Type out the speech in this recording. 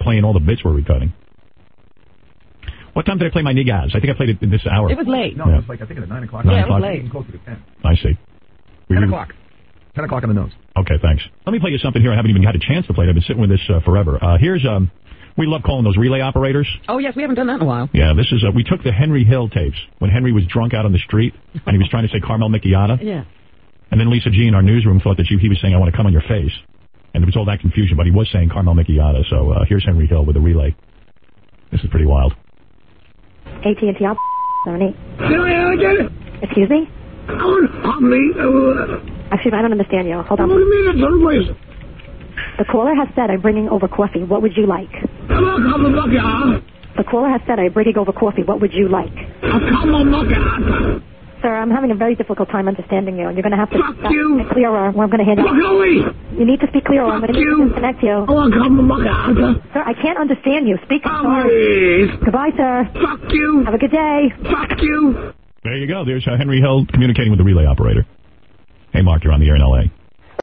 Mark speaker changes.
Speaker 1: playing all the bits where we cutting. What time did I play my knee guys? I think I played it in this hour.
Speaker 2: It was late.
Speaker 3: No,
Speaker 1: Yeah.
Speaker 3: it was like, I think at 9 o'clock.
Speaker 1: Nine
Speaker 2: Yeah, it was
Speaker 1: o'clock.
Speaker 2: late.
Speaker 3: Even closer to 10.
Speaker 1: I see. We
Speaker 3: 10
Speaker 1: re-
Speaker 3: o'clock. 10 o'clock on the nose.
Speaker 1: Okay, thanks. Let me play you something here. I haven't even had a chance to play it. I've been sitting with this uh, forever. Uh, here's um, we love calling those relay operators.
Speaker 2: Oh, yes, we haven't done that in a while.
Speaker 1: Yeah, this is uh, we took the Henry Hill tapes when Henry was drunk out on the street and he was trying to say Carmel Macchiata,
Speaker 2: Yeah.
Speaker 1: and then Lisa G in our newsroom thought that she, he was saying I want to come on your face, and there was all that confusion, but he was saying Carmel Macchiata. So uh, here's Henry Hill with the relay. This is pretty wild.
Speaker 4: AT&T, I'll 70.
Speaker 5: Alligator,
Speaker 4: Excuse me?
Speaker 5: on Omni, uh,
Speaker 4: Actually, I don't understand you. Hold
Speaker 5: I'm
Speaker 4: on.
Speaker 5: gonna meet at some place.
Speaker 4: The caller has said I'm bringing over coffee. What would you like?
Speaker 5: I'm a couple of bucky, huh?
Speaker 4: The caller has said I'm bringing over coffee. What would you like?
Speaker 5: A couple of bucky, huh?
Speaker 4: Sir, I'm having a very difficult time understanding you, and you're going to have to
Speaker 5: Fuck
Speaker 4: stop
Speaker 5: you.
Speaker 4: and clearer, or I'm going to hand
Speaker 5: Fuck
Speaker 4: you.
Speaker 5: away!
Speaker 4: You need to speak clearer, or I'm
Speaker 5: Fuck
Speaker 4: going to need
Speaker 5: you.
Speaker 4: to disconnect you.
Speaker 5: Oh, a couple of bucky, huh?
Speaker 4: Sir, I can't understand you. Speak. Sorry.
Speaker 5: Omni!
Speaker 4: Goodbye, sir.
Speaker 5: Fuck you!
Speaker 4: Have a good day.
Speaker 5: Fuck you!
Speaker 1: There you go. There's uh, Henry Hill communicating with the relay operator. Hey, Mark, you're on the air in L.A.